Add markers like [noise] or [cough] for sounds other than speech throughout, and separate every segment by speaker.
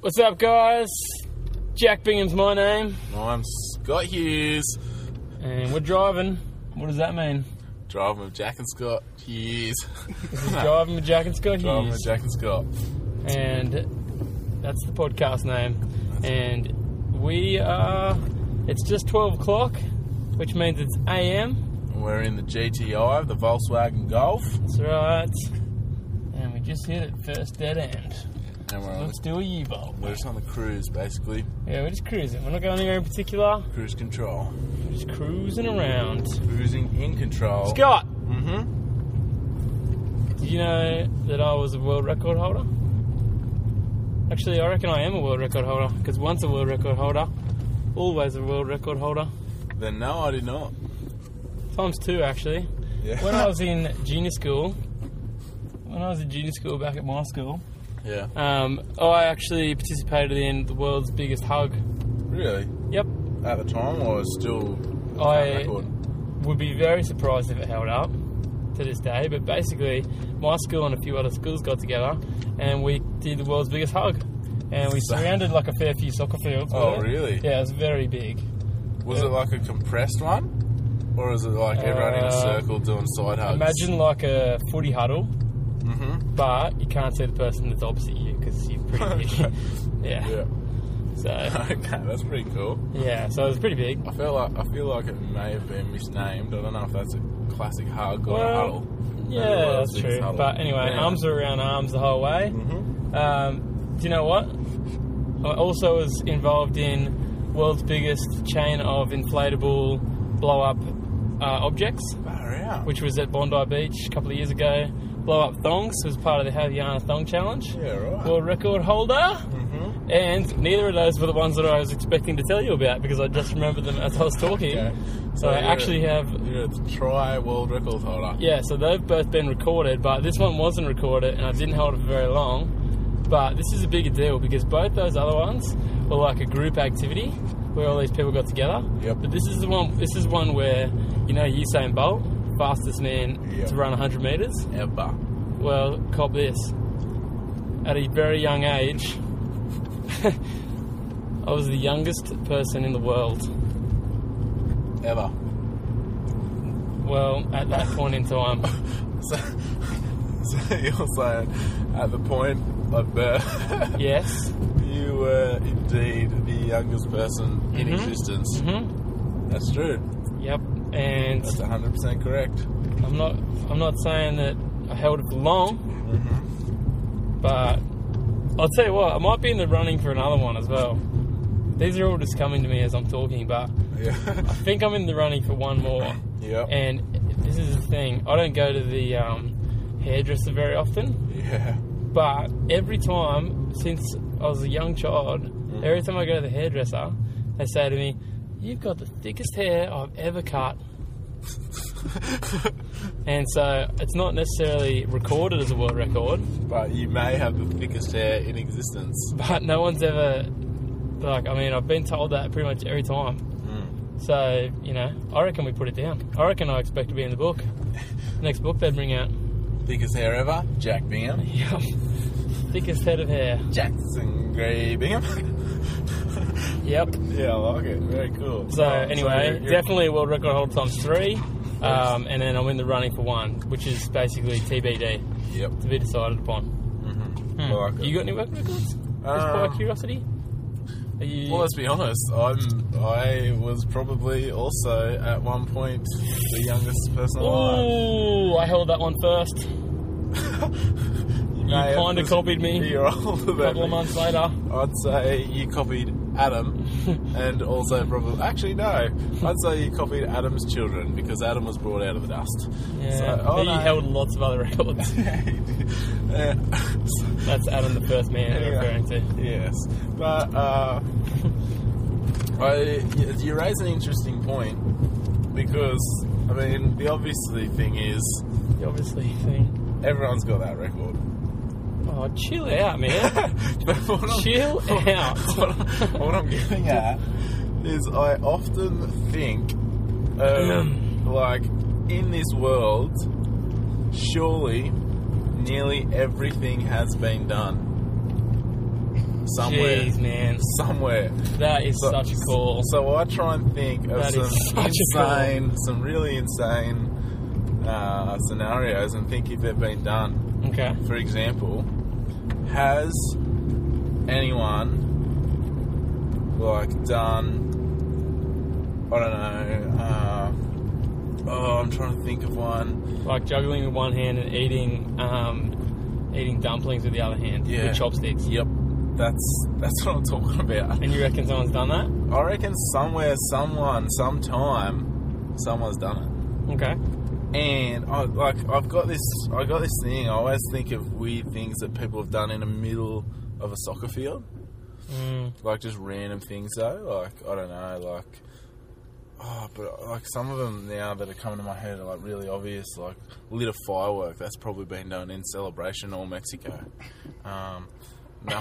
Speaker 1: What's up, guys? Jack Bingham's my name,
Speaker 2: I'm Scott Hughes,
Speaker 1: and we're driving. What does that mean?
Speaker 2: driving with Jack and Scott Hughes. [laughs]
Speaker 1: Driving with Jack and Scott
Speaker 2: Ah. driving with
Speaker 1: Hughes,
Speaker 2: Jack and Scott.
Speaker 1: and that's the podcast name. And we are. It's just twelve o'clock, which means it's AM.
Speaker 2: We're in the GTI, the Volkswagen Golf,
Speaker 1: That's right. And we just hit it first dead end.
Speaker 2: and we're, on
Speaker 1: Let's
Speaker 2: the,
Speaker 1: do a U-bolt.
Speaker 2: we're just on the cruise, basically
Speaker 1: Yeah, we're just cruising. We're not going anywhere in particular.
Speaker 2: cruise control,
Speaker 1: We're just cruising around.
Speaker 2: cruising in control.
Speaker 1: Scott,
Speaker 2: Mm-hmm.
Speaker 1: did you know that I was a world record holder? Actually, I reckon I am a world record holder because once a world record holder, always a world record holder.
Speaker 2: Then no, I did not.
Speaker 1: Times two, actually.
Speaker 2: Yeah.
Speaker 1: When I was in junior school, when I was in junior school back at my school,
Speaker 2: [laughs] yeah.
Speaker 1: um, I actually participated in the world's biggest hug.
Speaker 2: Really?
Speaker 1: Yep,
Speaker 2: At the time, I was still.
Speaker 1: I-
Speaker 2: record.
Speaker 1: would be very surprised if it held up to this day. But basically, my school and a few other schools got together and we did the world's biggest hug. And we surrounded like a fair few soccer fields. with
Speaker 2: Oh,
Speaker 1: it.
Speaker 2: really?
Speaker 1: Yeah, it was very big.
Speaker 2: Was it like a compressed one? Or is it like everyone in a
Speaker 1: Uh,
Speaker 2: circle doing side hugs?
Speaker 1: Imagine like a footy huddle,
Speaker 2: Mm-hmm.
Speaker 1: but you can't see the person that's opposite you because you're
Speaker 2: [laughs]
Speaker 1: pretty big. yeah.
Speaker 2: Yeah.
Speaker 1: So
Speaker 2: [laughs] okay, that's pretty cool.
Speaker 1: yeah, so it was pretty
Speaker 2: [laughs]
Speaker 1: big.
Speaker 2: I feel like I feel like it may have been misnamed. I don't know if that's a classic hug or
Speaker 1: Well,
Speaker 2: a huddle.
Speaker 1: Yeah,
Speaker 2: Everyone's
Speaker 1: that's
Speaker 2: biggest
Speaker 1: true.
Speaker 2: huddle.
Speaker 1: But anyway,
Speaker 2: Yeah.
Speaker 1: arms were around arms the whole way.
Speaker 2: Mm-hmm.
Speaker 1: Um, do you know what? I also was involved in world's biggest chain of inflatable blow up uh, objects,
Speaker 2: Far out.
Speaker 1: which was at Bondi Beach a couple of years ago. Blow up thongs was part of the Haviana Thong Challenge.
Speaker 2: yeah, right.
Speaker 1: World record holder,
Speaker 2: mm-hmm.
Speaker 1: and neither of those were the ones that I was expecting to tell you about because I just remembered them as I was talking.
Speaker 2: Okay.
Speaker 1: So I
Speaker 2: you're-
Speaker 1: actually have
Speaker 2: you're a tri world record holder.
Speaker 1: yeah, so they've both been recorded, but this one wasn't recorded and I didn't hold it for very long. But this is a bigger deal because both those other ones were like a group activity where all these people got together.
Speaker 2: Yep.
Speaker 1: But this is the one this is one where, you know, Usain Bolt, fastest man
Speaker 2: Yep.
Speaker 1: to run 100 meters.
Speaker 2: Ever.
Speaker 1: Well, cop this. At a very young age, [laughs] I was the youngest person in the world.
Speaker 2: Ever. [laughs]
Speaker 1: Well, at that point in
Speaker 2: [laughs]
Speaker 1: time.
Speaker 2: So, so you're saying at the point of birth
Speaker 1: Yes.
Speaker 2: [laughs] you were indeed the youngest person in
Speaker 1: Mhm.
Speaker 2: existence.
Speaker 1: hmm
Speaker 2: That's true.
Speaker 1: Yep. And
Speaker 2: That's hundred percent correct.
Speaker 1: I'm not I'm not saying that I held it for long,
Speaker 2: Mm-hmm.
Speaker 1: but I'll tell you what, I might be in the running for another one as well. These are all just coming to me as I'm talking, but
Speaker 2: Yeah. [laughs]
Speaker 1: I think I'm in the running for one more.
Speaker 2: yep.
Speaker 1: And this is the thing, I don't go to the um, hairdresser very often,
Speaker 2: yeah.
Speaker 1: but every time since I was a young child, every time I go to the hairdresser, they say to me, "You've got the thickest hair I've ever cut."
Speaker 2: [laughs]
Speaker 1: and so it's not necessarily recorded as a world record,
Speaker 2: But you may have the thickest hair in existence.
Speaker 1: but no one's ever like I mean I've been told that pretty much every time.
Speaker 2: Mm.
Speaker 1: So you know I reckon we put it down. I reckon I expect to be in the book, [laughs] next book they bring out. [laughs]
Speaker 2: Thickest hair ever, Jack Bingham.
Speaker 1: Yep. Thickest head of hair.
Speaker 2: Jackson Gray Bingham.
Speaker 1: Yep.
Speaker 2: [laughs] yeah, I like it. Very cool.
Speaker 1: So
Speaker 2: Oh,
Speaker 1: anyway,
Speaker 2: you're- you're-
Speaker 1: definitely a world record hold times three, um, and then I'm in the running for one, which is basically TBD
Speaker 2: Yep.
Speaker 1: to be decided upon.
Speaker 2: Mm-hmm.
Speaker 1: Hmm.
Speaker 2: I like it.
Speaker 1: you got any work records? Just by
Speaker 2: Um,
Speaker 1: curiosity. Are you,
Speaker 2: well, let's be honest. I'm. I was probably also at one point the youngest person alive.
Speaker 1: Ooh, I held that one first.
Speaker 2: You,
Speaker 1: you kinda copied me.
Speaker 2: [laughs] You're older
Speaker 1: A
Speaker 2: than
Speaker 1: couple of
Speaker 2: me.
Speaker 1: months later.
Speaker 2: I'd say you copied Adam,
Speaker 1: [laughs]
Speaker 2: and also probably actually no. I'd say you copied Adam's children because Adam was brought out of the dust.
Speaker 1: Yeah,
Speaker 2: So,
Speaker 1: but
Speaker 2: oh,
Speaker 1: you
Speaker 2: no.
Speaker 1: held lots of other [laughs] records.
Speaker 2: yeah.
Speaker 1: That's Adam, the first man I'm
Speaker 2: Yeah.
Speaker 1: referring to.
Speaker 2: [laughs] yes, but uh, [laughs] I, you raise an interesting point because I mean the obviously thing is
Speaker 1: You obviously think,
Speaker 2: everyone's got that record. [laughs]
Speaker 1: oh, chill out, [laughs] man.
Speaker 2: But what I'm-
Speaker 1: chill [laughs] out.
Speaker 2: what, I'm- what I'm getting at is I often think of like in this world, surely nearly everything has been done. somewhere.
Speaker 1: Jeez, man.
Speaker 2: Somewhere.
Speaker 1: That is
Speaker 2: So-
Speaker 1: such a call.
Speaker 2: So I try and think of
Speaker 1: That is
Speaker 2: some
Speaker 1: such a call.
Speaker 2: insane, some really insane uh, scenarios and think if they've been done.
Speaker 1: Okay.
Speaker 2: For example, has anyone like done? I don't know. Uh, oh, I'm trying to think of one.
Speaker 1: Like juggling with one hand and eating um, eating dumplings with the other hand.
Speaker 2: Yeah.
Speaker 1: With chopsticks.
Speaker 2: Yep, that's that's [laughs] what I'm talking about.
Speaker 1: And you reckon someone's done that?
Speaker 2: I reckon somewhere, someone, sometime, someone's done
Speaker 1: Okay.
Speaker 2: it. And I like I've got this I got this thing. I always think of weird things that people have done in the middle of a soccer field.
Speaker 1: Mm.
Speaker 2: like just random things though. Like I don't know, like oh, but like some of them now that are coming to my head are like really obvious. Like lit a firework. That's probably been done in celebration all Mexico. Um, no,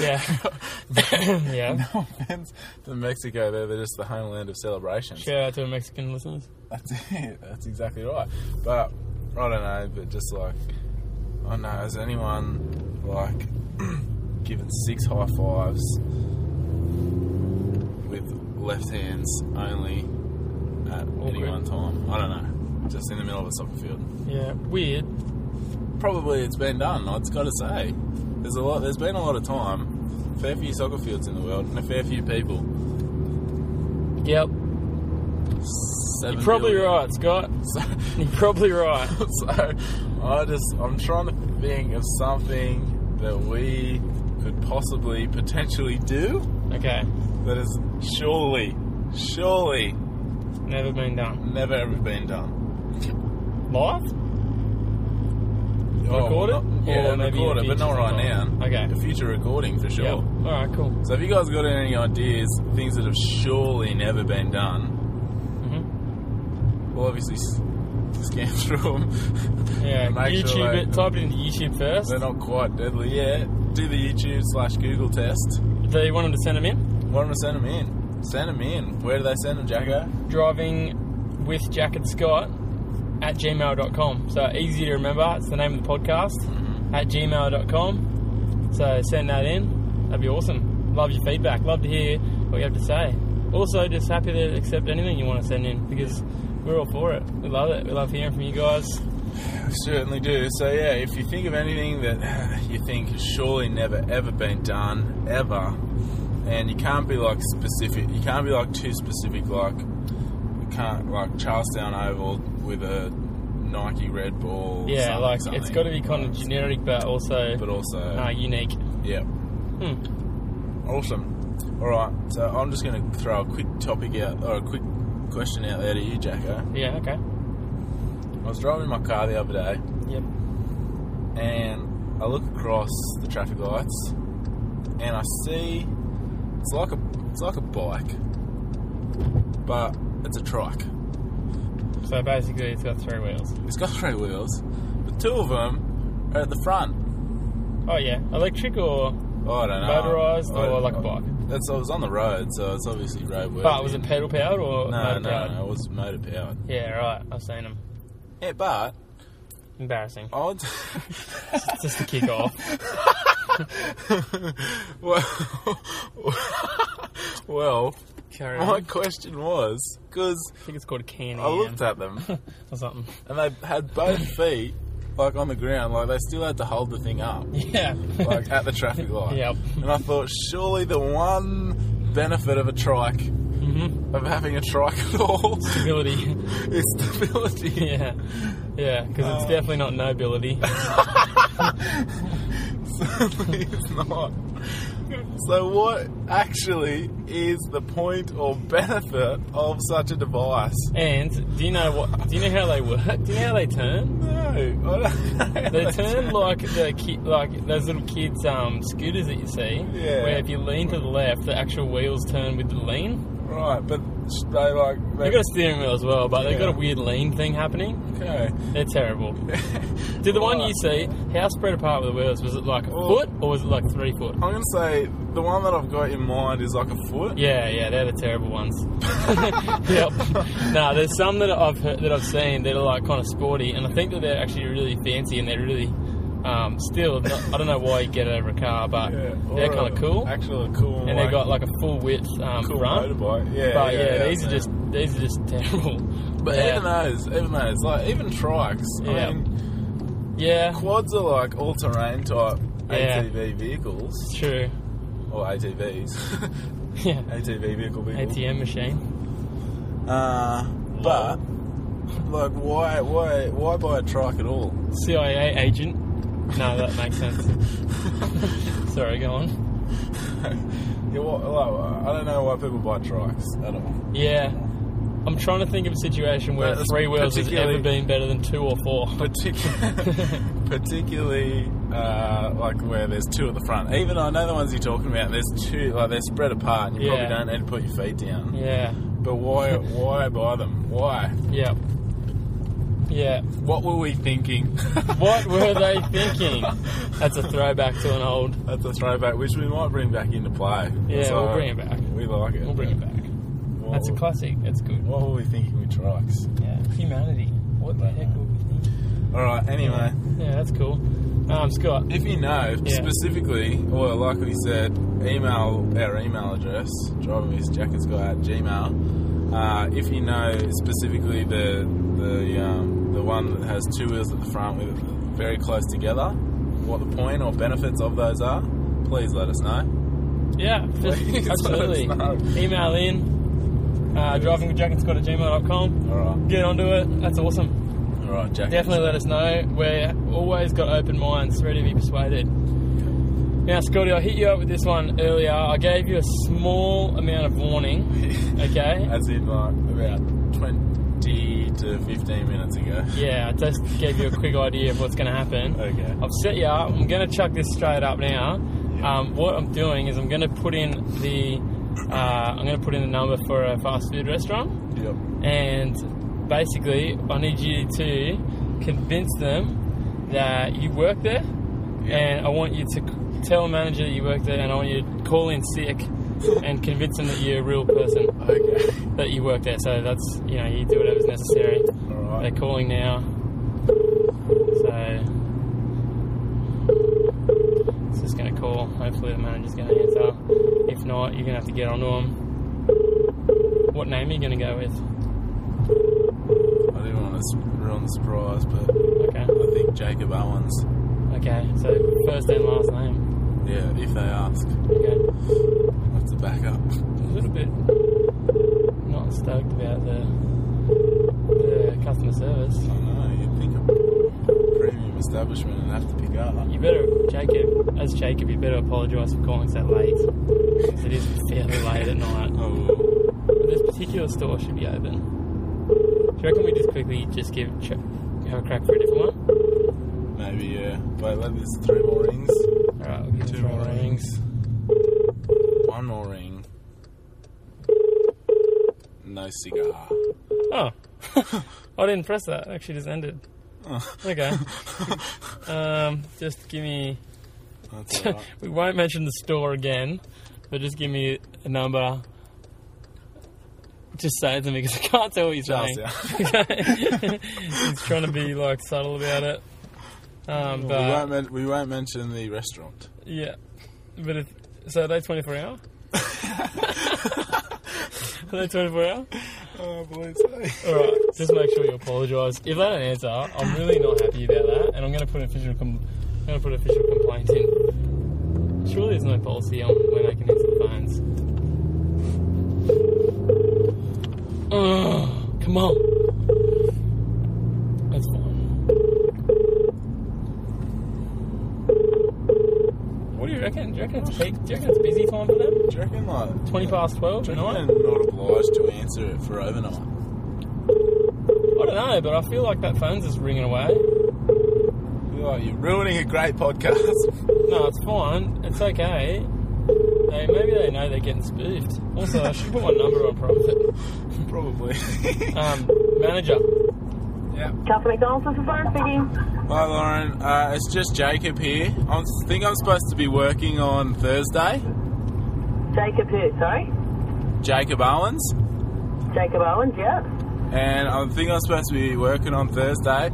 Speaker 1: Yeah.
Speaker 2: [laughs]
Speaker 1: [laughs] yeah.
Speaker 2: no offense to Mexico, they're, they're just the homeland of celebrations.
Speaker 1: Shout out to our Mexican listeners.
Speaker 2: That's [laughs] it. That's exactly right. But I don't know. But just like I don't know, has anyone like [clears throat] given six high fives with left hands only at any
Speaker 1: Awkward.
Speaker 2: one time? I don't know. Just in the middle of a soccer field.
Speaker 1: Yeah. Weird.
Speaker 2: Probably it's been done. I've got to say, there's a lot. There's been a lot of time. Fair few soccer fields in the world, and a fair few people.
Speaker 1: Yep.
Speaker 2: Seven
Speaker 1: You're probably
Speaker 2: billion.
Speaker 1: right, [laughs] Scott. You're probably right.
Speaker 2: [laughs] so I just I'm trying to think of something that we could possibly potentially do
Speaker 1: Okay.
Speaker 2: that has surely, surely
Speaker 1: Never been done.
Speaker 2: never ever been done.
Speaker 1: Live?
Speaker 2: Oh,
Speaker 1: Record it?
Speaker 2: not- yeah,
Speaker 1: Or maybe
Speaker 2: record
Speaker 1: in
Speaker 2: it, but not
Speaker 1: future
Speaker 2: right
Speaker 1: sometime.
Speaker 2: now.
Speaker 1: Okay.
Speaker 2: A future recording for sure.
Speaker 1: Yep. Alright, cool.
Speaker 2: So if you guys got any ideas, things that have surely never been done,
Speaker 1: hmm
Speaker 2: we'll obviously s- [laughs] scan through them.
Speaker 1: Yeah.
Speaker 2: Make sure
Speaker 1: YouTube
Speaker 2: they-
Speaker 1: it. Type it into YouTube first.
Speaker 2: [laughs] They're not quite deadly yet. Do the YouTube slash Google test.
Speaker 1: Do you want them to send them in?
Speaker 2: Why don't we send them in? Send them in. Where do they send them, Jacko?
Speaker 1: Mm-hmm. Driving with Jack and Scott at gmail.com. So easy to remember. It's the name of the podcast at gmail.com. So send that in. That'd be awesome. Love your feedback. Love to hear what you have to say. Also, just happy to accept anything you want to send in because we're all for it. We love it. We love hearing from you guys.
Speaker 2: I certainly do. So yeah, if you think of anything that [sighs] you think has surely never ever been done ever, and you can't be like specific, you can't be like too specific. Like you can't like Charlestown Oval with a Nike Red Bull.
Speaker 1: Yeah,
Speaker 2: something,
Speaker 1: like
Speaker 2: something.
Speaker 1: it's got to be kind of generic, but also
Speaker 2: But also,
Speaker 1: uh, unique.
Speaker 2: yeah,
Speaker 1: Hmm.
Speaker 2: awesome. All right, so I'm just going to throw a quick topic out or a quick question out there to you, eh? Jacko.
Speaker 1: Yeah. Okay.
Speaker 2: I was driving my car the other day.
Speaker 1: Yep.
Speaker 2: and I look across the traffic lights, and I see it's like a it's like a bike, but it's a trike.
Speaker 1: So basically, it's got three wheels.
Speaker 2: It's got [laughs] three wheels, but two of them are at the front.
Speaker 1: Oh yeah, electric or
Speaker 2: Oh, I don't know.
Speaker 1: Motorised
Speaker 2: I-
Speaker 1: or like a bike?
Speaker 2: That's I was on the road, so it's obviously roadworthy.
Speaker 1: but was it pedal powered or
Speaker 2: no, no,
Speaker 1: motor
Speaker 2: no,
Speaker 1: powered?
Speaker 2: it was motor powered.
Speaker 1: Yeah, right. I've seen them.
Speaker 2: Yeah, but
Speaker 1: Embarrassing.
Speaker 2: [laughs] I would.
Speaker 1: Just to kick off.
Speaker 2: [laughs] well, [laughs] well,
Speaker 1: Carry on.
Speaker 2: my question was because
Speaker 1: I think it's called a can.
Speaker 2: I looked at them.
Speaker 1: or something. [laughs]
Speaker 2: and they had both feet like on the ground, like they still had to hold the thing up,
Speaker 1: Yeah. [laughs]
Speaker 2: like at the traffic light.
Speaker 1: Yep.
Speaker 2: And I thought, surely the one benefit of a trike,
Speaker 1: hmm
Speaker 2: of having a trike at all, [laughs]
Speaker 1: Ability.
Speaker 2: is stability.
Speaker 1: yeah. Yeah, because it's
Speaker 2: Uh,
Speaker 1: definitely not
Speaker 2: [laughs]
Speaker 1: nobility.
Speaker 2: Certainly it's not. So, what actually is the point or benefit of such a device?
Speaker 1: And do you know what? Do you know how they work? Do you know how they turn?
Speaker 2: No, I don't [laughs] know.
Speaker 1: They turn like the ki- like those little kids' um, scooters that you see,
Speaker 2: Yeah.
Speaker 1: where if you lean to the left, the actual wheels turn with the lean.
Speaker 2: right, but they like they
Speaker 1: They've got a steering wheel as well, but they've got a
Speaker 2: Yeah.
Speaker 1: weird lean thing happening.
Speaker 2: okay.
Speaker 1: They're
Speaker 2: [laughs]
Speaker 1: terrible. Did the one you see, how spread apart were the wheels? Was it like a
Speaker 2: Oh.
Speaker 1: foot or was it like three foot?
Speaker 2: I'm gonna say the one that I've got in mind is like a foot.
Speaker 1: Yeah, yeah, they're the terrible
Speaker 2: [laughs]
Speaker 1: ones. yep. No, there's some that I've heard, that I've seen that are like kind of sporty, and I think that they're actually really fancy and they're really Um, still, not, I don't know why you get it over a car, but they're
Speaker 2: or
Speaker 1: kind
Speaker 2: a-
Speaker 1: of cool,
Speaker 2: Actually, a cool.
Speaker 1: and they got like a full width um,
Speaker 2: cool
Speaker 1: front.
Speaker 2: motorbike. Yeah,
Speaker 1: but yeah,
Speaker 2: yeah,
Speaker 1: these are
Speaker 2: yeah.
Speaker 1: just these are just [laughs] terrible.
Speaker 2: But
Speaker 1: yeah.
Speaker 2: even those, even those, like even trikes.
Speaker 1: Yeah.
Speaker 2: I mean,
Speaker 1: yeah,
Speaker 2: quads are like all-terrain type
Speaker 1: Yeah.
Speaker 2: ATV vehicles
Speaker 1: it's true. [laughs]
Speaker 2: or [laughs] ATVs,
Speaker 1: Yeah,
Speaker 2: ATV vehicle vehicles.
Speaker 1: ATM machine.
Speaker 2: Uh, but like, why, why, why buy a trike at all?
Speaker 1: CIA agent. No, that makes sense. [laughs] Sorry, go on.
Speaker 2: Yeah, well, like, I don't know why people buy trikes at all.
Speaker 1: Yeah, I'm trying to think of a situation where
Speaker 2: That's
Speaker 1: three wheels has ever
Speaker 2: particularly-
Speaker 1: been better than two or four.
Speaker 2: Particu- [laughs] particularly uh, like where there's two at the front. Even I know the ones you're talking about. There's two, like they're spread apart, and you
Speaker 1: Yeah.
Speaker 2: probably don't need to put your feet down.
Speaker 1: Yeah,
Speaker 2: But why, why buy them? Why?
Speaker 1: yeah, yeah.
Speaker 2: What were we thinking? [laughs]
Speaker 1: What were they thinking? That's a throwback to an old.
Speaker 2: That's a throwback, which we might bring back into play.
Speaker 1: Yeah,
Speaker 2: So,
Speaker 1: we'll bring it back.
Speaker 2: We like it.
Speaker 1: We'll bring it back.
Speaker 2: What
Speaker 1: That's a
Speaker 2: were-
Speaker 1: classic. That's good.
Speaker 2: What were we thinking with trikes?
Speaker 1: Yeah, humanity. What the heck were we thinking?
Speaker 2: All right. Anyway.
Speaker 1: Yeah, that's cool. Um, Scott.
Speaker 2: If you know
Speaker 1: Yeah.
Speaker 2: specifically, or like we said, email our email address, drivermisjacketsguy at gmail. Uh, if you know specifically the the um, the one that has two wheels at the front with very close together, what the point or benefits of those are, please let us know.
Speaker 1: Yeah,
Speaker 2: Please let us
Speaker 1: [laughs] absolutely.
Speaker 2: know.
Speaker 1: Email in. Uh, driving with Jack and Scott at gmail.com.
Speaker 2: All right,
Speaker 1: Get onto it. That's awesome.
Speaker 2: all right, Jack.
Speaker 1: Definitely let us know. We're always got open minds, ready to be persuaded. Now, Scotty, I hit you up with this one earlier. I gave you a small amount of warning, okay?
Speaker 2: [laughs] As in like about twenty to fifteen minutes ago. [laughs]
Speaker 1: Yeah, I just gave you a quick idea of what's going to happen.
Speaker 2: Okay.
Speaker 1: I've set you up. I'm going to chuck this straight up now. Um, what I'm doing is I'm going to put in the uh, I'm going to put in the number for a fast food restaurant,
Speaker 2: Yep.
Speaker 1: and basically I need you to convince them that you work there,
Speaker 2: Yeah.
Speaker 1: and I want you to c- tell the manager that you work there, and I want you to call in sick and convince them that you're a real person
Speaker 2: Okay.
Speaker 1: that you work there. So that's you know you do whatever's necessary.
Speaker 2: All right.
Speaker 1: They're calling now. So it's just gonna call. Hopefully the manager's gonna answer. If not, you're gonna have to get onto him. What name are you gonna go with?
Speaker 2: I didn't want to ruin the surprise, but
Speaker 1: Okay.
Speaker 2: I think Jacob Owens.
Speaker 1: Okay. So first and last name.
Speaker 2: Yeah, if they ask,
Speaker 1: Okay.
Speaker 2: that's the backup.
Speaker 1: A little bit not stoked about the the customer service.
Speaker 2: I know, you'd think a premium establishment would have to pick up.
Speaker 1: You better, Jacob. As Jacob, you better apologise for calling so late. 'Cause it is fairly late at night.
Speaker 2: Oh,
Speaker 1: This particular store should be open. Do you reckon we just quickly just give ch- have a crack for a different one?
Speaker 2: maybe, yeah. Wait, let this three more rings.
Speaker 1: All right, we'll give it
Speaker 2: Two
Speaker 1: three
Speaker 2: more
Speaker 1: more
Speaker 2: rings.
Speaker 1: rings.
Speaker 2: One more ring. No cigar. [laughs]
Speaker 1: Oh, [laughs] I didn't press that. It Actually, just ended.
Speaker 2: Oh.
Speaker 1: Okay.
Speaker 2: [laughs]
Speaker 1: um, just give me. [laughs]
Speaker 2: That's [laughs] all right.
Speaker 1: we won't mention the store again, but just give me a number. Just say it to me because I can't tell what you're
Speaker 2: Charles,
Speaker 1: saying. [laughs] He's trying to be like subtle about it. Um,
Speaker 2: We,
Speaker 1: but
Speaker 2: won't men- we won't mention the restaurant.
Speaker 1: yeah, but if so, are they twenty four hour. are they twenty four hour?
Speaker 2: Oh, I believe so.
Speaker 1: All right, just make sure you apologise. If they don't answer, I'm really not happy about that, and I'm going to put an official. Com- I'm going to put an official complaint in. Surely there's no policy on when they can answer the phones. Ugh, come on. That's fine. What do you reckon? Do you reckon it's peak? Do you reckon it's busy time for them?
Speaker 2: Do you reckon, like,
Speaker 1: Twenty past twelve
Speaker 2: do you
Speaker 1: tonight?
Speaker 2: reckon they're not obliged to answer it for overnight?
Speaker 1: I don't know, but I feel like that phone's just ringing away.
Speaker 2: Oh, you're ruining a great podcast. [laughs]
Speaker 1: No, it's fine. It's okay. They, maybe they know they're getting spoofed. Also, I should put my number on private.
Speaker 2: Probably. [laughs]
Speaker 1: Um, manager.
Speaker 2: yeah.
Speaker 3: Delta McDonald's, this is Lauren speaking.
Speaker 2: Hi, Lauren. Uh, it's just Jacob here. I think I'm supposed to be working on Thursday.
Speaker 3: Jacob here, sorry.
Speaker 2: Jacob Owens.
Speaker 3: Jacob Owens, yeah.
Speaker 2: And I think I'm supposed to be working on Thursday.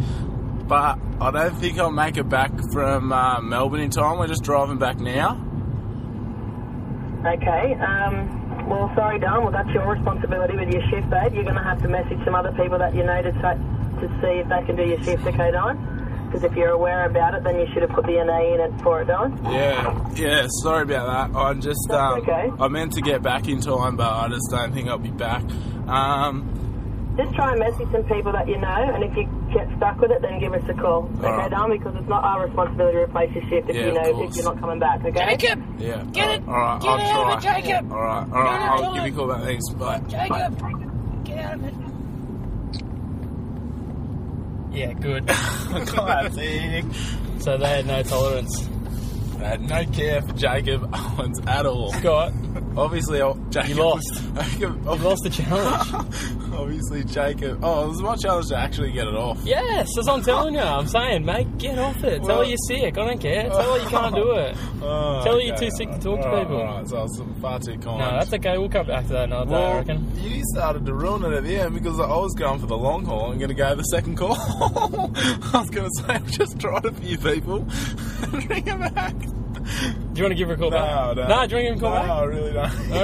Speaker 2: but I don't think I'll make it back from uh, Melbourne in time. We're just driving back now.
Speaker 3: Okay. Um, well, sorry, Don. Well, that's your responsibility with your shift aid. You're going to have to message some other people that you know to, try, to see if they can do your shift, okay, Don? Because if you're aware about it, then you should have put the NA in it for it, Don.
Speaker 2: Yeah, yeah. Sorry about that. I'm just.
Speaker 3: That's
Speaker 2: Um,
Speaker 3: okay.
Speaker 2: I meant to get back in time, but I just don't think I'll be back. Um,
Speaker 3: Just try and message some people that you know, and if you get stuck with it, then give us a call, okay,
Speaker 2: Alright.
Speaker 3: Don? Because it's not our responsibility to replace your shift if
Speaker 2: Yeah,
Speaker 3: you
Speaker 2: of
Speaker 3: know if
Speaker 2: course.
Speaker 3: you're not coming back, okay?
Speaker 4: Jacob!
Speaker 2: yeah.
Speaker 4: Get it-
Speaker 2: All right.
Speaker 4: get
Speaker 2: I'll
Speaker 4: it out of
Speaker 2: try.
Speaker 4: it, Jacob.
Speaker 2: All right. All right.
Speaker 4: Get it out
Speaker 2: I'll
Speaker 4: of
Speaker 2: give
Speaker 4: it.
Speaker 2: you a call back. Thanks. Bye. Bye.
Speaker 4: Jacob! Get out of it.
Speaker 1: Yeah, good.
Speaker 2: [laughs] Classic.
Speaker 1: [coughs] so they had no tolerance.
Speaker 2: I had no care for Jacob [laughs] Owens at all.
Speaker 1: Scott,
Speaker 2: Obviously, I, Jacob
Speaker 1: lost.
Speaker 2: Was, [laughs] Jacob,
Speaker 1: I've lost the challenge.
Speaker 2: obviously, Jacob. Oh, it was my challenge to actually get it off.
Speaker 1: Yes, that's what I'm telling you. I'm saying, mate, get off it. Tell her
Speaker 2: Well-
Speaker 1: you're sick. I don't care. Tell her you can't do it.
Speaker 2: [laughs] Oh,
Speaker 1: Tell her you're too sick to talk to
Speaker 2: Alright,
Speaker 1: people.
Speaker 2: alright, so I was far too kind.
Speaker 1: No, that's okay. We'll come back to that another day, I
Speaker 2: Well,
Speaker 1: reckon.
Speaker 2: you started to ruin it at the end because I was going for the long haul and going to go the second call. [laughs] I was going to say, I've just tried a few people [laughs] and ring it back.
Speaker 1: Do you want to give her a call
Speaker 2: No,
Speaker 1: back?
Speaker 2: no.
Speaker 1: No, do you want to give her
Speaker 2: No,
Speaker 1: a
Speaker 2: I
Speaker 1: call
Speaker 2: really
Speaker 1: back?
Speaker 2: don't.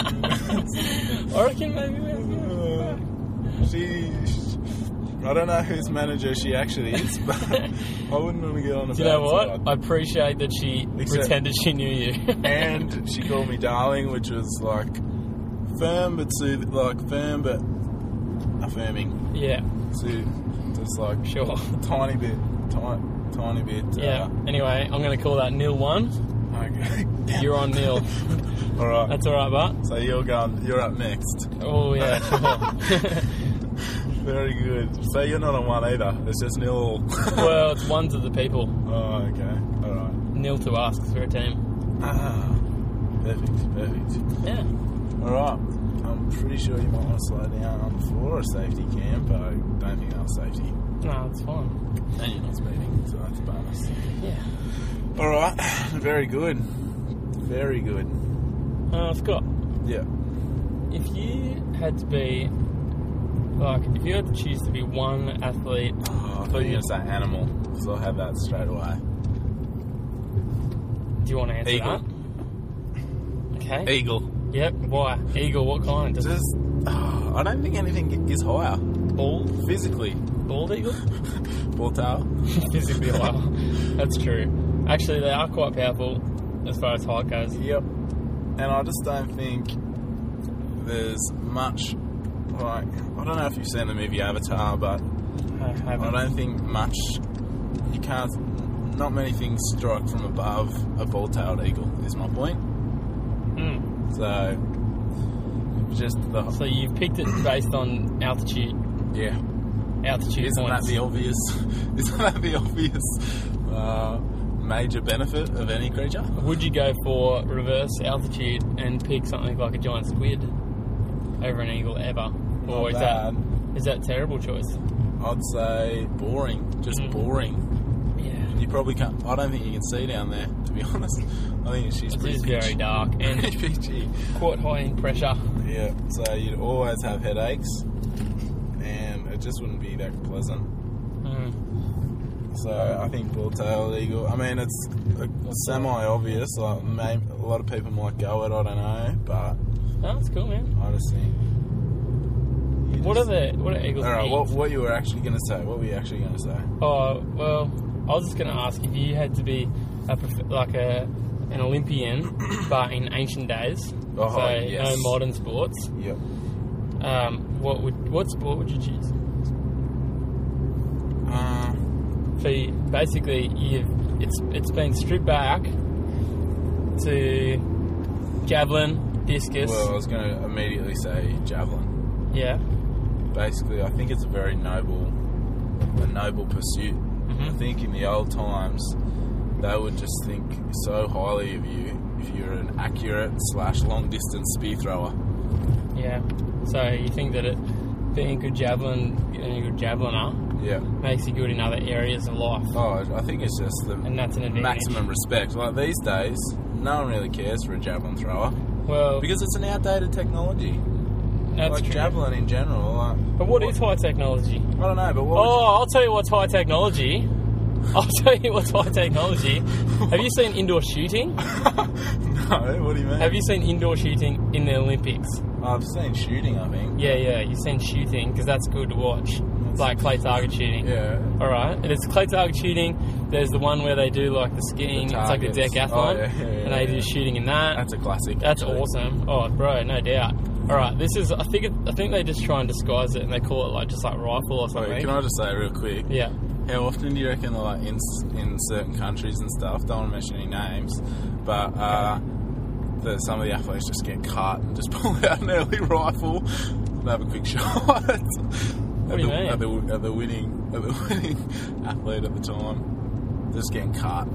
Speaker 1: Alright.
Speaker 2: Oh, my goodness.
Speaker 1: I reckon maybe we'll
Speaker 2: Uh, she, I don't know whose manager she actually is, but
Speaker 1: [laughs]
Speaker 2: I wouldn't want to get on the
Speaker 1: Do you know
Speaker 2: bad
Speaker 1: what?
Speaker 2: side.
Speaker 1: I appreciate that she
Speaker 2: Except-
Speaker 1: pretended she knew you.
Speaker 2: and she called me darling, which was like firm but soothing, like firm but affirming.
Speaker 1: [laughs] yeah,
Speaker 2: Soothing. Just like
Speaker 1: sure.
Speaker 2: tiny bit, tiny, tiny bit.
Speaker 1: Yeah. Anyway, I'm going to call that nil one.
Speaker 2: Uh, okay. [laughs]
Speaker 1: You're on [laughs] nil.
Speaker 2: All right.
Speaker 1: That's all right, but
Speaker 2: so you're going. You're up next.
Speaker 1: oh yeah, sure. [laughs]
Speaker 2: Very good. So you're not on one either. It's just nil. [laughs]
Speaker 1: well, it's one to the people,
Speaker 2: oh, okay. All right.
Speaker 1: nil to us because we're a team.
Speaker 2: Ah, perfect, perfect.
Speaker 1: Yeah.
Speaker 2: All right. I'm pretty sure you might want to slow down for a safety cam, but I don't think that was safety.
Speaker 1: No, it's fine.
Speaker 2: And you're not speeding, so that's a bonus.
Speaker 1: Yeah.
Speaker 2: All right. Very good. Very good.
Speaker 1: Uh, Scott,
Speaker 2: Yeah.
Speaker 1: if you had to be like, if you had to choose to be one athlete,
Speaker 2: Oh, I thought you were going to say animal, because I'll have that straight away.
Speaker 1: do you want to answer
Speaker 2: Eagle.
Speaker 1: that? Okay.
Speaker 2: Eagle.
Speaker 1: Yep. Why? Eagle. What kind? Does it
Speaker 2: Just, oh, [sighs] I don't think anything is higher
Speaker 1: bald?
Speaker 2: physically.
Speaker 1: Bald eagle?
Speaker 2: Ball tower.
Speaker 1: [laughs] physically well. [laughs] That's true. Actually, they are quite powerful as far as height goes.
Speaker 2: Yep. And I just don't think there's much. Like, I don't know if you've seen the movie Avatar, but
Speaker 1: I
Speaker 2: I
Speaker 1: haven't.
Speaker 2: don't think much. You can't. Not many things strike from above a bald tailed eagle, is my point.
Speaker 1: Mm.
Speaker 2: So. Just the.
Speaker 1: So you picked it based on altitude.
Speaker 2: Yeah.
Speaker 1: Altitude
Speaker 2: Isn't that
Speaker 1: points.
Speaker 2: the obvious? [laughs] Isn't that the obvious uh, major benefit of any creature?
Speaker 1: Would you go for reverse altitude and pick something like a giant squid over an eagle ever? Or
Speaker 2: Not
Speaker 1: is that is that terrible choice?
Speaker 2: I'd say boring. Just
Speaker 1: Mm.
Speaker 2: boring.
Speaker 1: Yeah.
Speaker 2: You probably can't. I don't think you can see down there, to be [laughs] honest. I think she's
Speaker 1: It
Speaker 2: pretty
Speaker 1: is very
Speaker 2: pitchy.
Speaker 1: dark and
Speaker 2: [laughs] Pretty pitchy.
Speaker 1: quite high in pressure.
Speaker 2: Yeah. So you'd always have headaches, and it just wouldn't be that pleasant.
Speaker 1: Mm.
Speaker 2: So I think bull-tailed eagle. I mean, it's uh, semi-obvious. Like may, a lot of people might go it. I don't know, but
Speaker 1: No, that's cool, man.
Speaker 2: I just think. you
Speaker 1: What are
Speaker 2: just-
Speaker 1: the what are eagles?
Speaker 2: All right.
Speaker 1: eat?
Speaker 2: What, what you were actually going to say? What were you actually going to say?
Speaker 1: Oh well, I was just going to ask if you had to be a prof- like a an Olympian, but in ancient days,
Speaker 2: Oh,
Speaker 1: so
Speaker 2: yes.
Speaker 1: no modern sports.
Speaker 2: Yep.
Speaker 1: Um, what would what sport would you choose?
Speaker 2: Uh,
Speaker 1: So you, basically, you've it's it's been stripped back to javelin, discus.
Speaker 2: well, I was going to immediately say javelin.
Speaker 1: Yeah,
Speaker 2: basically I think it's a very noble a noble pursuit.
Speaker 1: Hmm.
Speaker 2: I
Speaker 1: Mm-hmm.
Speaker 2: think in the old times they would just think so highly of you if you're an accurate slash long distance spear thrower.
Speaker 1: yeah. So you think that it being a good javelin and a good javeliner
Speaker 2: Yeah.
Speaker 1: makes you good in other areas of life,
Speaker 2: Oh, I think it's just the
Speaker 1: and that's an advantage.
Speaker 2: maximum respect. Like these days, no one really cares for a javelin thrower
Speaker 1: Well,
Speaker 2: because it's an outdated technology.
Speaker 1: That's
Speaker 2: like
Speaker 1: true.
Speaker 2: javelin in general. Like,
Speaker 1: But what is high technology?
Speaker 2: I don't know, but what?
Speaker 1: Oh, I'll tell you what's high technology. I'll [laughs] tell you what's high
Speaker 2: [laughs]
Speaker 1: technology. Have you seen indoor shooting?
Speaker 2: [laughs] no, what do you mean?
Speaker 1: Have you seen indoor shooting in the Olympics?
Speaker 2: I've seen shooting. I think.
Speaker 1: Yeah, yeah, you've seen shooting because that's good to watch. It's like clay target shooting.
Speaker 2: Yeah.
Speaker 1: All right, and it's clay target shooting. There's the one where they do like the skiing.
Speaker 2: The
Speaker 1: it's like the
Speaker 2: targets.
Speaker 1: decathlon,
Speaker 2: Oh, yeah, yeah, yeah,
Speaker 1: and they
Speaker 2: yeah.
Speaker 1: do shooting in that.
Speaker 2: That's a classic.
Speaker 1: That's
Speaker 2: actually.
Speaker 1: awesome. Oh, bro, no doubt. All right, this is. I think. It, I think they just try and disguise it, and they call it like just like rifle or something.
Speaker 2: Wait, can I just say real quick?
Speaker 1: yeah.
Speaker 2: How often do you reckon, like in in certain countries and stuff? Don't want to mention any names, but uh, that some of the athletes just get cut and just [laughs] pull out an early rifle and have a quick [laughs] shot. What at,
Speaker 1: do you
Speaker 2: the,
Speaker 1: mean?
Speaker 2: At, the, at the winning at the [laughs] winning athlete at the time, just getting cut,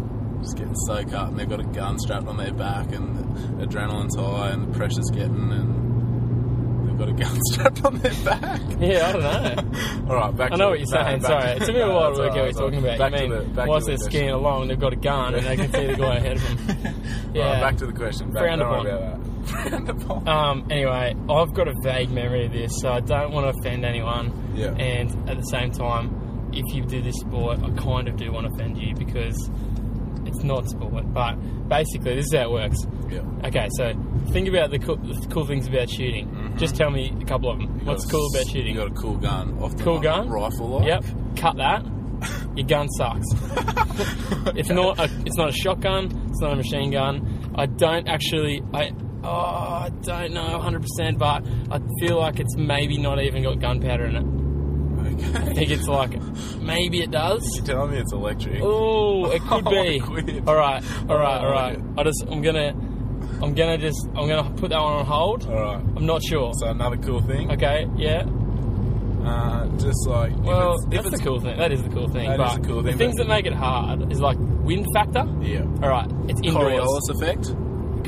Speaker 2: just getting so cut, and they've got a gun strapped on their back, and the adrenaline's high, and the pressure's getting, and they've got a gun [laughs] strapped on their back.
Speaker 1: Yeah, I don't know.
Speaker 2: All right, back.
Speaker 1: I
Speaker 2: to
Speaker 1: know what
Speaker 2: the- [laughs]
Speaker 1: you're
Speaker 2: no,
Speaker 1: saying.
Speaker 2: back-
Speaker 1: Sorry, it took me a
Speaker 2: no,
Speaker 1: while
Speaker 2: that's
Speaker 1: to work out what
Speaker 2: all right,
Speaker 1: you're talking
Speaker 2: that's
Speaker 1: about. you
Speaker 2: all right. Back to
Speaker 1: mean,
Speaker 2: the- back
Speaker 1: whilst
Speaker 2: to the
Speaker 1: they're skiing
Speaker 2: question.
Speaker 1: along, they've got a gun and they can see the guy ahead of
Speaker 2: [laughs]
Speaker 1: them.
Speaker 2: All right,
Speaker 1: Yeah.
Speaker 2: back to the question. Back,
Speaker 1: Frowned
Speaker 2: don't
Speaker 1: upon.
Speaker 2: worry about that. [laughs] Frowned upon.
Speaker 1: Um, anyway, I've got a vague memory of this, so I don't want to offend anyone.
Speaker 2: Yeah.
Speaker 1: And at the same time, if you do this sport, I kind of do want to offend you because it's not sport. But basically, this is how it works.
Speaker 2: yeah.
Speaker 1: Okay, so think about the cool, the cool things about shooting. Just tell me a couple of them.
Speaker 2: You
Speaker 1: What's
Speaker 2: got a
Speaker 1: cool
Speaker 2: s-
Speaker 1: about shooting?
Speaker 2: You got a cool gun. Often
Speaker 1: Cool
Speaker 2: like
Speaker 1: gun?
Speaker 2: Rifle. Like.
Speaker 1: Yep. Cut that. Your gun sucks. It's not. A, it's not a shotgun. It's not a machine gun. I don't actually. I. Oh, I don't know 100%, but I feel like it's maybe not even got gunpowder in it. I
Speaker 2: [laughs] Okay.
Speaker 1: think it's like, maybe it does.
Speaker 2: Tell me it's electric.
Speaker 1: Oh, it could be.
Speaker 2: Quit.
Speaker 1: all right, all right, all right.
Speaker 2: like
Speaker 1: I just, I'm gonna, I'm gonna just, I'm gonna put that one on hold.
Speaker 2: All right.
Speaker 1: I'm not sure.
Speaker 2: So another cool thing.
Speaker 1: Okay, yeah.
Speaker 2: Uh, just like if
Speaker 1: Well,
Speaker 2: it's, if
Speaker 1: that's
Speaker 2: it's
Speaker 1: the cool thing. That is the cool thing.
Speaker 2: That
Speaker 1: but
Speaker 2: is the cool
Speaker 1: the
Speaker 2: thing,
Speaker 1: things
Speaker 2: but-
Speaker 1: that make it hard is like wind factor.
Speaker 2: Yeah.
Speaker 1: All right, it's indoors.
Speaker 2: Coriolis effect.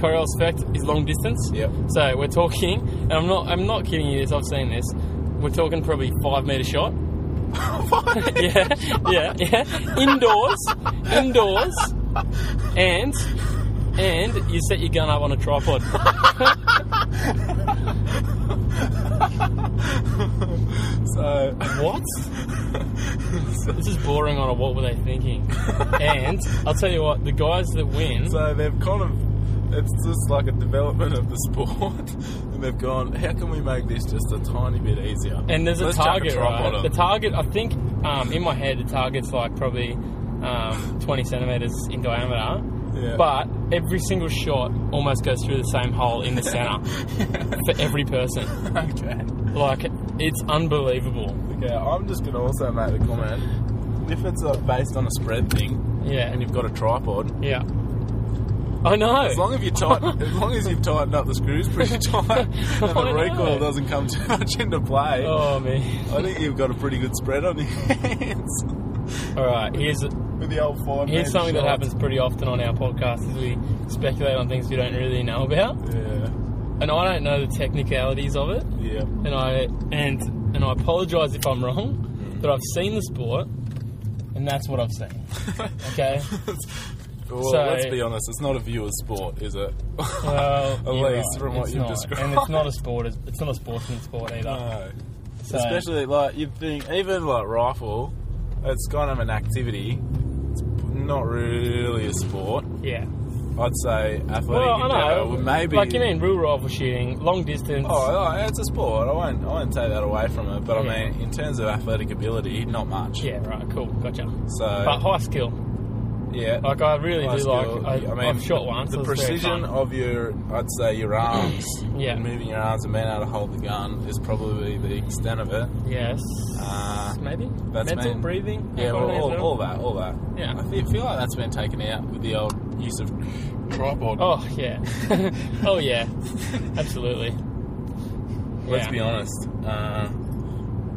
Speaker 1: Coriolis effect is long distance.
Speaker 2: Yep.
Speaker 1: So we're talking, and I'm not, I'm not kidding you. This I've seen this. We're talking probably five meter
Speaker 2: [laughs]
Speaker 1: shot. [laughs] yeah, yeah, yeah. Indoors, indoors, and and you set your gun up on a tripod.
Speaker 2: So [laughs]
Speaker 1: What? this is boring on a what were they thinking? and I'll tell you what, the guys that win.
Speaker 2: so they've kind of it's just like a development of the sport, [laughs] and they've gone. How can we make this just a tiny bit easier?
Speaker 1: And there's a
Speaker 2: Let's chuck
Speaker 1: target,
Speaker 2: tripod
Speaker 1: right?
Speaker 2: on.
Speaker 1: The target, I think, um, in my head, the target's like probably um, 20 centimeters in diameter.
Speaker 2: Yeah.
Speaker 1: But every single shot almost goes through the same hole in
Speaker 2: [laughs]
Speaker 1: the center for every person.
Speaker 2: [laughs] okay.
Speaker 1: Like, it's unbelievable.
Speaker 2: Okay, I'm just going to also make the comment. If it's uh, based on a spread thing
Speaker 1: Yeah.
Speaker 2: and you've got a tripod,
Speaker 1: Yeah. I know.
Speaker 2: as long as
Speaker 1: [laughs]
Speaker 2: you tighten, as long as you've tightened up the screws pretty tight, and
Speaker 1: I
Speaker 2: the
Speaker 1: know.
Speaker 2: recoil doesn't come [laughs] too much into play,
Speaker 1: oh, man.
Speaker 2: I think you've got a pretty good spread on your [laughs] hands
Speaker 1: All right, here's
Speaker 2: with the old five.
Speaker 1: here's
Speaker 2: metre
Speaker 1: something that
Speaker 2: shot.
Speaker 1: happens pretty often on our podcast is we speculate on things we don't really know about. And I don't know the technicalities of it.
Speaker 2: Yeah, yeah.
Speaker 1: and I and and I apologise if I'm
Speaker 2: Mm.
Speaker 1: wrong, but I've seen the sport, and that's what I've seen.
Speaker 2: [laughs]
Speaker 1: Okay,
Speaker 2: Well,
Speaker 1: So- Uh,
Speaker 2: let's be honest. It's not a viewer's sport, is it?
Speaker 1: well,
Speaker 2: At
Speaker 1: you're
Speaker 2: least
Speaker 1: right,
Speaker 2: from what
Speaker 1: it's
Speaker 2: you've
Speaker 1: not.
Speaker 2: described.
Speaker 1: and it's not a sport. as- It's not a sportsman sport either.
Speaker 2: [laughs] No.
Speaker 1: So-
Speaker 2: Especially like you'd think, even like rifle, it's kind of an activity. It's not really a sport.
Speaker 1: yeah.
Speaker 2: I'd say athletic.
Speaker 1: Well,
Speaker 2: in
Speaker 1: I know.
Speaker 2: general, well, maybe.
Speaker 1: like you mean real rifle shooting, long distance.
Speaker 2: Oh, no, it's a sport. I won't. I won't take that away from it. But
Speaker 1: Yeah.
Speaker 2: I mean, in terms of athletic ability, not much.
Speaker 1: yeah, right. Cool. Gotcha.
Speaker 2: So
Speaker 1: but high skill.
Speaker 2: yeah.
Speaker 1: Like I really
Speaker 2: Uh, High
Speaker 1: do
Speaker 2: skill.
Speaker 1: like. I, have shot once.
Speaker 2: The
Speaker 1: it was very
Speaker 2: precision
Speaker 1: fun.
Speaker 2: of your, I'd say, your arms,
Speaker 1: [clears throat] Yeah.
Speaker 2: moving your arms and being able to hold the gun is probably the extent of it.
Speaker 1: Yes.
Speaker 2: Uh,
Speaker 1: maybe.
Speaker 2: that's
Speaker 1: Mental
Speaker 2: main-
Speaker 1: breathing. that
Speaker 2: Yeah,
Speaker 1: kind
Speaker 2: well,
Speaker 1: of thing as
Speaker 2: all,
Speaker 1: well.
Speaker 2: all that, all that.
Speaker 1: Yeah.
Speaker 2: I feel, feel like that's been taken out with the old use of tripod.
Speaker 1: Oh yeah. [laughs] oh yeah. Absolutely.
Speaker 2: Let's
Speaker 1: yeah.
Speaker 2: be honest. Uh,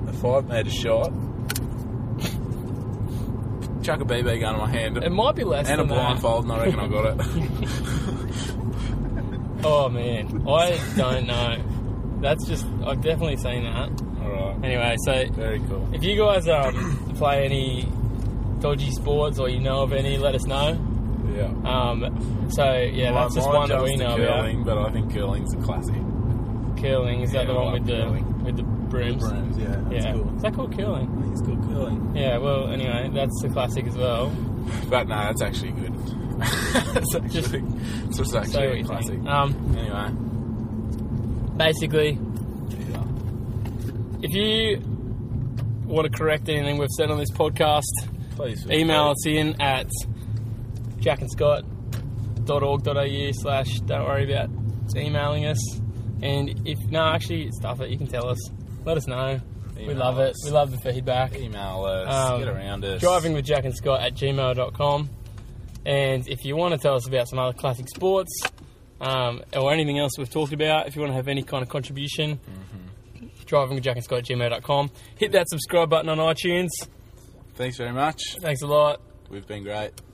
Speaker 2: if I made a shot, chuck a BB gun in my hand
Speaker 1: It might be less
Speaker 2: and a
Speaker 1: than that.
Speaker 2: blindfold, and I reckon I got
Speaker 1: [laughs]
Speaker 2: it.
Speaker 1: Oh man, I don't know. That's just I've definitely seen that.
Speaker 2: all right.
Speaker 1: Anyway, so
Speaker 2: Very cool.
Speaker 1: if you guys
Speaker 2: [clears throat]
Speaker 1: um, play any dodgy sports or you know of any, let us know.
Speaker 2: Yeah.
Speaker 1: Um, so yeah,
Speaker 2: Mine-
Speaker 1: that's just
Speaker 2: mine
Speaker 1: one that we
Speaker 2: jumps
Speaker 1: know
Speaker 2: to curling, but I think curling's a classic.
Speaker 1: about. curling. Is that
Speaker 2: Yeah,
Speaker 1: the one
Speaker 2: I like
Speaker 1: with the
Speaker 2: curling.
Speaker 1: with the brooms?
Speaker 2: Brooms, yeah, that's
Speaker 1: yeah.
Speaker 2: cool.
Speaker 1: Is that called curling?
Speaker 2: I think it's called curling.
Speaker 1: Yeah. Well, anyway, that's the classic as well.
Speaker 2: But no, that's
Speaker 1: [laughs]
Speaker 2: actually good. it's actually,
Speaker 1: Just-
Speaker 2: it's just
Speaker 1: So
Speaker 2: actually a
Speaker 1: what you
Speaker 2: classic.
Speaker 1: think. Um,
Speaker 2: Anyway,
Speaker 1: basically,
Speaker 2: yeah.
Speaker 1: if you want to correct anything we've said on this podcast,
Speaker 2: please feel
Speaker 1: email
Speaker 2: free.
Speaker 1: us in at jackandscott.org.au slash don't worry about emailing us. And if no, actually stuff it, you can tell us. Let us know. we
Speaker 2: Email
Speaker 1: love
Speaker 2: us.
Speaker 1: it. We love the feedback.
Speaker 2: Email us.
Speaker 1: Um,
Speaker 2: get around us.
Speaker 1: Driving with Jack and Scott at gmail.com. And if you want to tell us about some other classic sports um, or anything else we've talked about, if you want to have any kind of contribution,
Speaker 2: Mm-hmm.
Speaker 1: driving with Jack and Scott at gmail.com. Hit that subscribe button on iTunes.
Speaker 2: Thanks very much.
Speaker 1: Thanks a lot.
Speaker 2: We've been great.